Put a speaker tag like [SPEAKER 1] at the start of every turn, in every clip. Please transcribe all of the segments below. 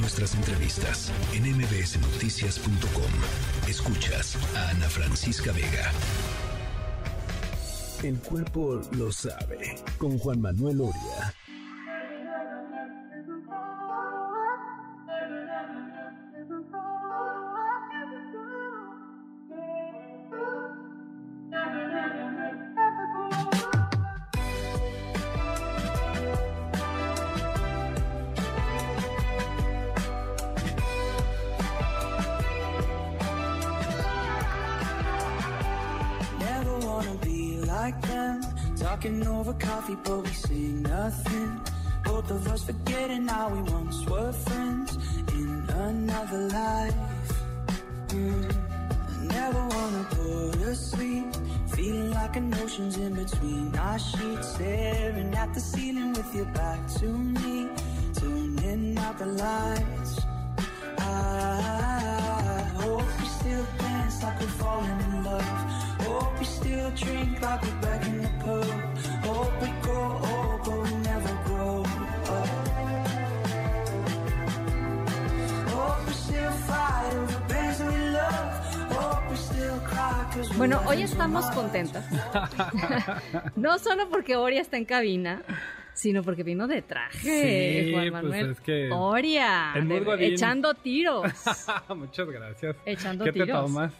[SPEAKER 1] nuestras entrevistas en mbsnoticias.com. Escuchas a Ana Francisca Vega. El cuerpo lo sabe. Con Juan Manuel Oria.
[SPEAKER 2] Never wanna be like them. Talking over coffee, but we say nothing. Both of us forgetting how we once were friends in another life. Mm. Never wanna go to sleep. Feeling like an ocean's in between our sheets. Staring at the ceiling with your back to me. Turning out the lights. I hope we still dance like we're falling in love. Hope we still drink like we're back in the pub. Hope we grow old, but we never grow up. Hope we still fight over things we love. Hope we still cry 'cause we
[SPEAKER 3] Bueno,
[SPEAKER 2] let
[SPEAKER 3] hoy
[SPEAKER 2] it
[SPEAKER 3] estamos
[SPEAKER 2] remind
[SPEAKER 3] contentas. no solo porque Oria está en cabina, sino porque vino de traje,
[SPEAKER 4] Sí,
[SPEAKER 3] Juan
[SPEAKER 4] pues
[SPEAKER 3] Manuel.
[SPEAKER 4] es que-
[SPEAKER 3] Oria,
[SPEAKER 4] Es muy
[SPEAKER 3] de-
[SPEAKER 4] godín.
[SPEAKER 3] echando tiros.
[SPEAKER 4] Muchas gracias.
[SPEAKER 3] Echando
[SPEAKER 4] ¿Qué te
[SPEAKER 3] tiros.
[SPEAKER 4] tomas?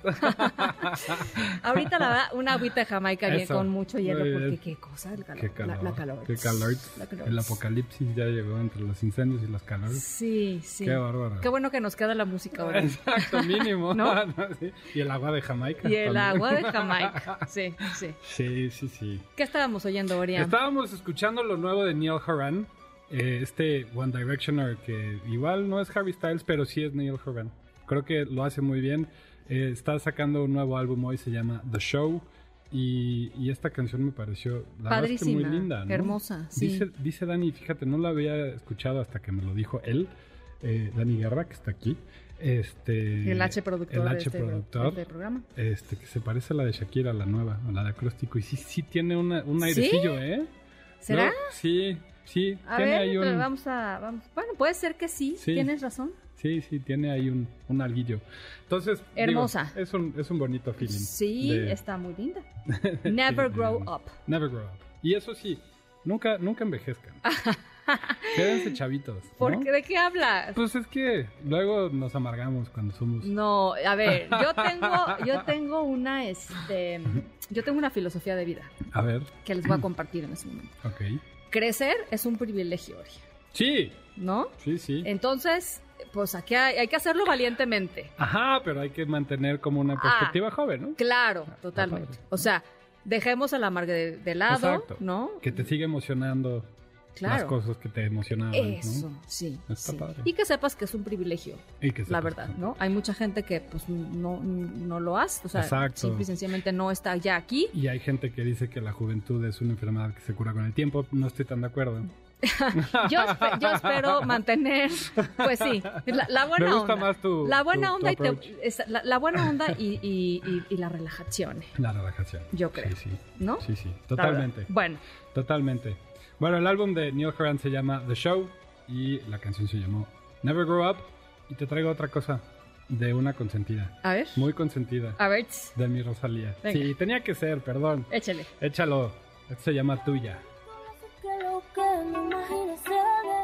[SPEAKER 3] Ahorita la verdad, una agüita de Jamaica bien
[SPEAKER 4] Eso,
[SPEAKER 3] con mucho hielo,
[SPEAKER 4] muy bien.
[SPEAKER 3] porque qué cosa el calor. la-
[SPEAKER 4] qué calor.
[SPEAKER 3] la, calor.
[SPEAKER 4] Qué calor.
[SPEAKER 3] La calor.
[SPEAKER 4] El apocalipsis ya llegó entre los incendios y los calores.
[SPEAKER 3] Sí, sí.
[SPEAKER 4] Qué bárbaro.
[SPEAKER 3] Qué bueno que nos queda la música ahora.
[SPEAKER 4] Exacto, mínimo.
[SPEAKER 3] ¿No?
[SPEAKER 4] Sí. Y el agua de Jamaica.
[SPEAKER 3] Y el
[SPEAKER 4] también.
[SPEAKER 3] agua de Jamaica. Sí, sí.
[SPEAKER 4] Sí, sí, sí.
[SPEAKER 3] ¿Qué estábamos oyendo, Oria?
[SPEAKER 4] Estábamos escuchando lo nuevo de Neil Horan, eh, este One Directioner que igual no es Harry Styles, pero sí es Neil Horan. Creo que lo hace muy bien. Eh, está sacando un nuevo álbum hoy, se llama The Show. Y, y esta canción me pareció la verdad es que muy
[SPEAKER 3] Padrísima,
[SPEAKER 4] linda. ¿no?
[SPEAKER 3] hermosa, sí.
[SPEAKER 4] Dice, dice Dani, fíjate, no la había escuchado hasta que me lo dijo él, eh, Dani Guerra, que está aquí. Este,
[SPEAKER 3] El H productor.
[SPEAKER 4] el
[SPEAKER 3] de
[SPEAKER 4] H
[SPEAKER 3] este pro-
[SPEAKER 4] productor.
[SPEAKER 3] de este programa.
[SPEAKER 4] Este, que se parece a la de Shakira, la nueva, a la de acróstico. Y sí, sí tiene una- un airecillo, ¿eh?
[SPEAKER 3] ¿Será?
[SPEAKER 4] ¿No? Sí, sí.
[SPEAKER 3] A
[SPEAKER 4] tiene
[SPEAKER 3] ver,
[SPEAKER 4] ahí
[SPEAKER 3] pero
[SPEAKER 4] un,
[SPEAKER 3] vamos a. Vamos. Bueno, puede ser que sí,
[SPEAKER 4] Sí.
[SPEAKER 3] tienes razón.
[SPEAKER 4] Sí, sí, tiene ahí un, un alguillo. Entonces. digo,
[SPEAKER 3] Hermosa.
[SPEAKER 4] es, un, es un bonito feeling.
[SPEAKER 3] Sí,
[SPEAKER 4] de-
[SPEAKER 3] está muy linda. Never
[SPEAKER 4] de-
[SPEAKER 3] grow up.
[SPEAKER 4] Never grow up. Y eso sí, nunca, nunca envejezcan. Quédense chavitos. ¿no?
[SPEAKER 3] ¿Por qué? ¿De qué hablas?
[SPEAKER 4] Pues es que luego nos amargamos cuando somos.
[SPEAKER 3] No, a ver, yo tengo, yo tengo una, este, yo tengo una filosofía de vida
[SPEAKER 4] A ver,
[SPEAKER 3] que les voy a compartir en ese momento.
[SPEAKER 4] ok.
[SPEAKER 3] Crecer es un privilegio, Ori,
[SPEAKER 4] Sí,
[SPEAKER 3] ¿no?
[SPEAKER 4] sí, sí.
[SPEAKER 3] Entonces, pues aquí hay, hay que hacerlo valientemente.
[SPEAKER 4] Ajá, pero hay que mantener como una
[SPEAKER 3] Ah.
[SPEAKER 4] perspectiva joven, ¿no?
[SPEAKER 3] Claro, totalmente. O sea, dejemos a la amarga de, de lado,
[SPEAKER 4] Exacto.
[SPEAKER 3] ¿no?
[SPEAKER 4] Que te sigue emocionando las
[SPEAKER 3] Claro.
[SPEAKER 4] cosas que te emocionaban. ¿no?
[SPEAKER 3] Eso, sí.
[SPEAKER 4] Está
[SPEAKER 3] sí.
[SPEAKER 4] padre.
[SPEAKER 3] Y que sepas que es un privilegio,
[SPEAKER 4] Y que se-
[SPEAKER 3] la verdad, ¿no? Hay mucha gente que pues no, no lo hace, o sea,
[SPEAKER 4] Exacto.
[SPEAKER 3] simple y sencillamente no está ya aquí.
[SPEAKER 4] Y hay gente que dice que la juventud es una enfermedad que se cura con el tiempo. No estoy tan de acuerdo.
[SPEAKER 3] Yo, espe- yo espero mantener, pues sí, la, la buena
[SPEAKER 4] Me gusta
[SPEAKER 3] onda.
[SPEAKER 4] más tu-
[SPEAKER 3] la buena
[SPEAKER 4] tu- tu
[SPEAKER 3] onda y te-
[SPEAKER 4] approach.
[SPEAKER 3] es- la, la buena onda y, y- y- y la relajación,
[SPEAKER 4] La relajación.
[SPEAKER 3] Yo creo.
[SPEAKER 4] Sí, sí.
[SPEAKER 3] ¿no?
[SPEAKER 4] Sí, sí.
[SPEAKER 3] La verdad.
[SPEAKER 4] Totalmente.
[SPEAKER 3] Bueno,
[SPEAKER 4] Totalmente. Bueno, el álbum de Neil Horan se llama The Show y la canción se llamó Never Grow Up. Y te traigo otra cosa de una consentida.
[SPEAKER 3] a ver,
[SPEAKER 4] Muy consentida.
[SPEAKER 3] a ver,
[SPEAKER 4] De mi Rosalía.
[SPEAKER 3] Ah. Venga.
[SPEAKER 4] Sí, tenía que ser, perdón.
[SPEAKER 3] échale.
[SPEAKER 4] Échalo. Esto se llama Tuya.
[SPEAKER 5] que lo que me imagino se ve,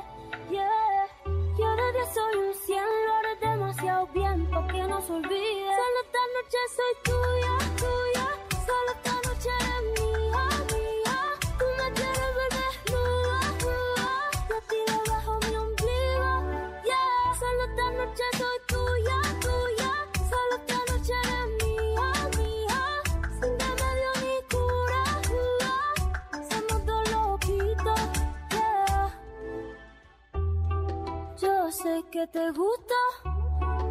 [SPEAKER 5] yeah. Yo de día soy un cien, lo haré demasiado bien pa' que no se olvide. Solo esta noche soy tuya, tuya, solo esta noche eres mía, mía. Tú me quieres ver desnuda, desnuda, yo tiro bajo mi ombligo, yeah. Solo esta noche soy tuya, tuya, solo esta noche eres mía, mía. Sin remedio ni cura, cura, somos dos loquitos, yeah. Yo sé que te gusta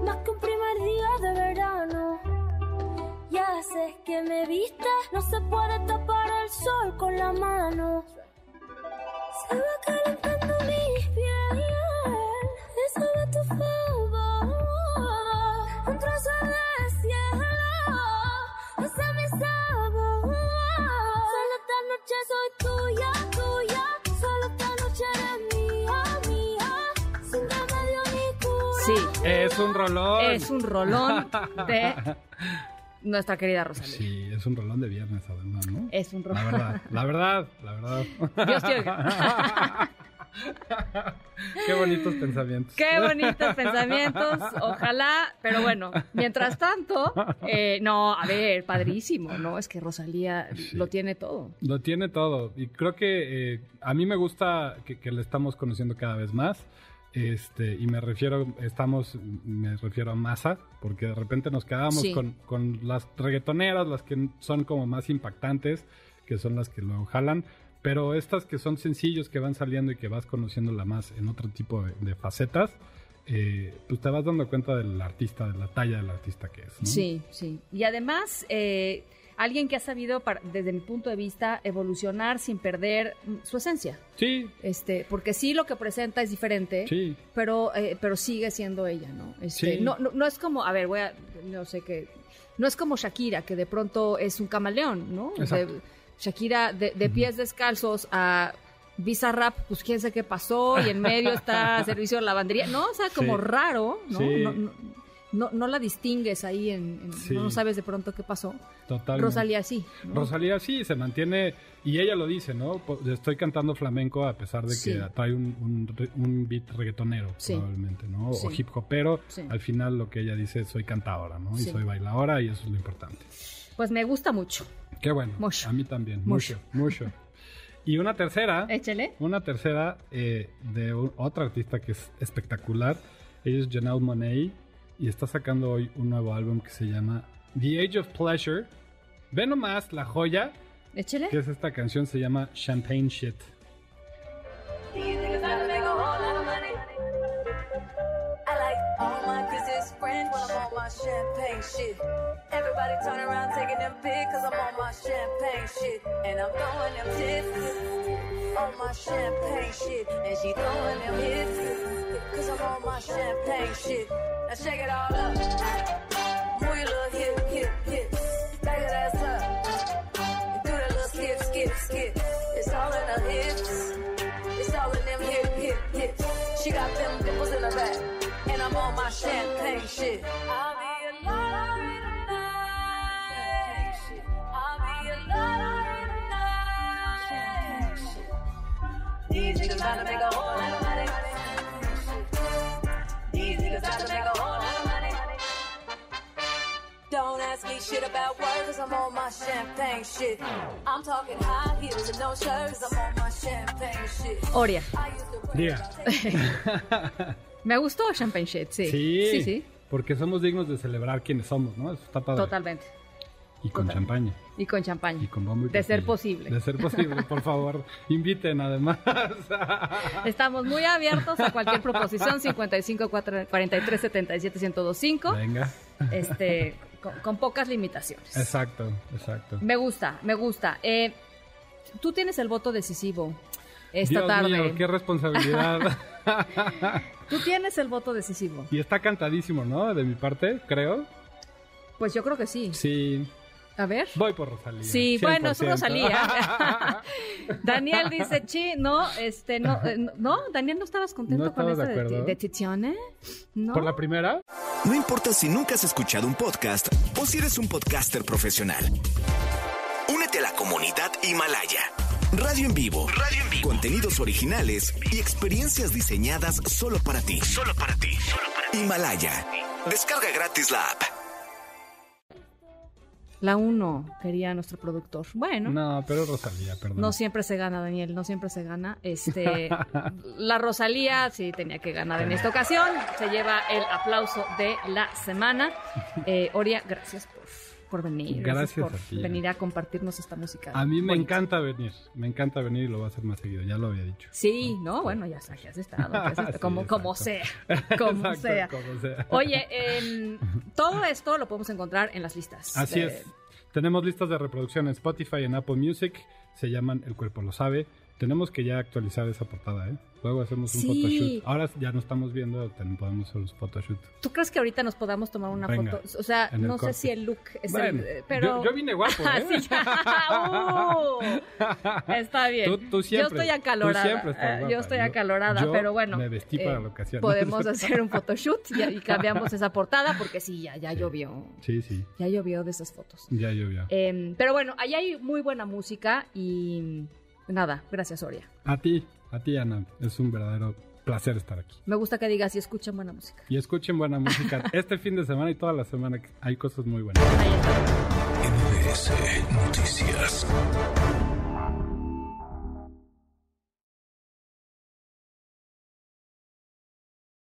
[SPEAKER 5] más que un primer día de verano. Ya sé que me viste, no se puede tapar el sol con la mano. Se va calentando mi piel, eso va a tu favor. Un trozo de cielo, ese es mi sabor. Solo esta noche soy tuya, tuya, solo esta noche eres mía, mía. Sin remedio ni cura.
[SPEAKER 3] Sí,
[SPEAKER 4] Es un rolón.
[SPEAKER 3] es un rolón de nuestra querida Rosalía.
[SPEAKER 4] Sí, es un rolón de viernes, además, ¿no?
[SPEAKER 3] Es un
[SPEAKER 4] La
[SPEAKER 3] rolón.
[SPEAKER 4] verdad, la verdad, la verdad.
[SPEAKER 3] Dios te oiga.
[SPEAKER 4] Qué bonitos pensamientos.
[SPEAKER 3] Qué bonitos pensamientos, ojalá, pero bueno, mientras tanto, eh, no, a ver, padrísimo, ¿no? Es que Rosalía
[SPEAKER 4] Sí.
[SPEAKER 3] lo tiene todo.
[SPEAKER 4] Lo tiene todo. Y creo que eh, a mí me gusta que, que le estamos conociendo cada vez más. Este, y me refiero, estamos, me refiero a masa, porque de repente nos quedábamos
[SPEAKER 3] Sí.
[SPEAKER 4] con, con las reggaetoneras, las que son como más impactantes, que son las que lo jalan. Pero estas que son sencillos, que van saliendo y que vas conociéndola más en otro tipo de, de facetas, eh, pues te vas dando cuenta del artista, de la talla del artista que es. ¿no?
[SPEAKER 3] Sí, sí. Y además, eh, alguien que ha sabido, par- desde mi punto de vista, evolucionar sin perder mm, su esencia.
[SPEAKER 4] Sí,
[SPEAKER 3] Este, porque sí lo que presenta es diferente,
[SPEAKER 4] sí.
[SPEAKER 3] pero, eh, pero sigue siendo ella, ¿no? Este,
[SPEAKER 4] Sí.
[SPEAKER 3] no, no, no es como, a ver, voy a, no sé qué, no es como Shakira, que de pronto es un camaleón, ¿no?
[SPEAKER 4] Exacto.
[SPEAKER 3] De- Shakira de, de pies descalzos a Bizarrap, pues quién sabe qué pasó, y en medio está servicio de lavandería, ¿no? O sea, como
[SPEAKER 4] Sí.
[SPEAKER 3] raro, ¿no?
[SPEAKER 4] Sí.
[SPEAKER 3] No, no, no- no la distingues ahí, en, en-
[SPEAKER 4] Sí.
[SPEAKER 3] no sabes de pronto qué pasó.
[SPEAKER 4] Totalmente.
[SPEAKER 3] Rosalía sí. ¿no?
[SPEAKER 4] Rosalía sí, se mantiene, y ella lo dice, ¿no? Po- Estoy cantando flamenco a pesar de que
[SPEAKER 3] Sí.
[SPEAKER 4] trae un, un re- un beat reggaetonero,
[SPEAKER 3] Sí.
[SPEAKER 4] probablemente, ¿no?
[SPEAKER 3] Sí.
[SPEAKER 4] O hip hopero.
[SPEAKER 3] Sí.
[SPEAKER 4] Al final lo que ella dice es soy cantadora, ¿no?
[SPEAKER 3] Sí.
[SPEAKER 4] Y soy bailadora y eso es lo importante.
[SPEAKER 3] Pues me gusta mucho.
[SPEAKER 4] Qué bueno.
[SPEAKER 3] Mucho.
[SPEAKER 4] A mí también,
[SPEAKER 3] Mucho.
[SPEAKER 4] mucho, mucho. Y una tercera,
[SPEAKER 3] Échale.
[SPEAKER 4] una tercera eh, de un- otra artista que es espectacular. Ella es Janelle Monet y está sacando hoy un nuevo álbum que se llama The Age of Pleasure. Ve nomás la joya
[SPEAKER 3] Échale.
[SPEAKER 4] que es esta canción se llama Champagne Shit.
[SPEAKER 5] These niggas out to make a whole lot of money. I like all mine cause it's French when I'm on my champagne shit. Everybody turn around taking them big cause I'm on my champagne shit. And I'm throwing them tits on my champagne shit. And she throwing them hits cause I'm on my champagne shit. Now shake it all up. Move your little hip, hip, hip. Back it ass up. And do that little skip, skip, skip. It's all in her hips. It's all in them hip, hip, hips. She got them dimples in her back. And I'm on my champagne shit. I'll be a lottery tonight. I'll be a lottery tonight. These niggas about to make a whole lot of money. These niggas about to make a whole lot of money. Don't ask me shit about work, cause I'm on my champagne shit. I'm talking high heels and no shirts, i I'm on my champagne shit.
[SPEAKER 3] Oria.
[SPEAKER 5] I used to worry
[SPEAKER 4] Diga.
[SPEAKER 5] about taking
[SPEAKER 3] Me gustó Champagne Shit, sí.
[SPEAKER 4] Sí,
[SPEAKER 3] Sí, sí.
[SPEAKER 4] Porque somos dignos de celebrar quienes somos, ¿no? Eso está padre.
[SPEAKER 3] Totalmente.
[SPEAKER 4] Y con
[SPEAKER 3] total.
[SPEAKER 4] champaña.
[SPEAKER 3] Y con champaña.
[SPEAKER 4] Y con bombo y
[SPEAKER 3] De ser
[SPEAKER 4] platillo.
[SPEAKER 3] posible.
[SPEAKER 4] De ser posible, por favor. Inviten, además.
[SPEAKER 3] Estamos muy abiertos a cualquier proposición 55 4- 43 77 1025,
[SPEAKER 4] Venga.
[SPEAKER 3] este, con, con pocas limitaciones.
[SPEAKER 4] Exacto, exacto.
[SPEAKER 3] Me gusta, me gusta. Eh, tú tienes el voto decisivo esta
[SPEAKER 4] Dios
[SPEAKER 3] tarde.
[SPEAKER 4] mío, qué responsabilidad.
[SPEAKER 3] Tú tienes el voto decisivo.
[SPEAKER 4] y está cantadísimo, ¿no? De mi parte, creo.
[SPEAKER 3] Pues yo creo que sí.
[SPEAKER 4] Sí.
[SPEAKER 3] A ver.
[SPEAKER 4] Voy por Rosalía.
[SPEAKER 3] Sí,
[SPEAKER 4] 100%.
[SPEAKER 3] bueno, es Rosalía. Daniel dice, chi, no, este, no, eh, no, no, Daniel, ¿no estabas contento
[SPEAKER 4] No
[SPEAKER 3] con
[SPEAKER 4] estaba
[SPEAKER 3] esta
[SPEAKER 4] de
[SPEAKER 3] de,
[SPEAKER 4] acuerdo.
[SPEAKER 3] de Titione? No.
[SPEAKER 4] ¿Por la primera?
[SPEAKER 6] No importa si nunca has escuchado un podcast o si eres un podcaster profesional. Únete a la comunidad Himalaya. Radio en vivo. Radio en vivo. Contenidos originales y experiencias diseñadas solo para ti. Solo para ti. Solo para ti. Himalaya. Descarga gratis la app.
[SPEAKER 3] La uno quería nuestro productor. Bueno,
[SPEAKER 4] No,
[SPEAKER 3] no.
[SPEAKER 4] pero Rosalía, perdón.
[SPEAKER 3] siempre se gana, Daniel, no siempre se gana. Este, la Rosalía sí tenía que ganar en esta ocasión. Se lleva el aplauso de la semana. Eh, Oria, gracias por, por venir.
[SPEAKER 4] Gracias
[SPEAKER 3] por
[SPEAKER 4] a ti,
[SPEAKER 3] venir
[SPEAKER 4] Ana.
[SPEAKER 3] a compartirnos esta música.
[SPEAKER 4] A mí me
[SPEAKER 3] bonita.
[SPEAKER 4] encanta venir, me encanta venir y lo voy a hacer más seguido, ya lo había dicho.
[SPEAKER 3] Sí, no, bueno, ya sabes, ya has estado, ya has estado,
[SPEAKER 4] Sí,
[SPEAKER 3] como, como sea,
[SPEAKER 4] exacto.
[SPEAKER 3] como
[SPEAKER 4] Exacto,
[SPEAKER 3] sea.
[SPEAKER 4] como sea.
[SPEAKER 3] Oye, em, todo esto lo podemos encontrar en las listas.
[SPEAKER 4] Así
[SPEAKER 3] de-
[SPEAKER 4] es. Tenemos listas de reproducción en Spotify, en Apple Music, se llaman El Cuerpo Lo Sabe, Tenemos que ya actualizar esa portada, ¿eh? Luego hacemos un
[SPEAKER 3] Sí.
[SPEAKER 4] photoshoot. Ahora ya no estamos viendo, también podemos hacer los photoshoot.
[SPEAKER 3] ¿Tú crees que ahorita nos podamos tomar una
[SPEAKER 4] Venga,
[SPEAKER 3] foto? O sea,
[SPEAKER 4] en el
[SPEAKER 3] no
[SPEAKER 4] corte.
[SPEAKER 3] sé si el look es
[SPEAKER 4] Bueno,
[SPEAKER 3] el. eh,
[SPEAKER 4] yo-
[SPEAKER 3] Pero... Ah,
[SPEAKER 4] yo, vine guapo, ¿eh?
[SPEAKER 3] Sí, ya. Uh, está bien.
[SPEAKER 4] Tú, tú siempre.
[SPEAKER 3] yo estoy
[SPEAKER 4] tú
[SPEAKER 3] acalorada.
[SPEAKER 4] siempre estás
[SPEAKER 3] Ah,
[SPEAKER 4] guapa.
[SPEAKER 3] yo estoy acalorada,
[SPEAKER 4] yo
[SPEAKER 3] pero bueno.
[SPEAKER 4] Me vestí
[SPEAKER 3] eh,
[SPEAKER 4] para la ocasión.
[SPEAKER 3] Podemos hacer un photoshoot y, y cambiamos esa portada porque sí, ya, ya llovió.
[SPEAKER 4] Sí, sí.
[SPEAKER 3] Ya llovió de esas fotos.
[SPEAKER 4] Ya llovió.
[SPEAKER 3] Em, pero bueno, ahí hay muy buena música y nada, gracias Oria.
[SPEAKER 4] A ti, a ti, Ana. Es un verdadero placer estar aquí.
[SPEAKER 3] Me gusta que digas y escuchan buena música.
[SPEAKER 4] Y escuchen buena música este fin de semana y toda la semana. que Hay cosas muy buenas.
[SPEAKER 3] Ahí está.
[SPEAKER 1] MBS Noticias.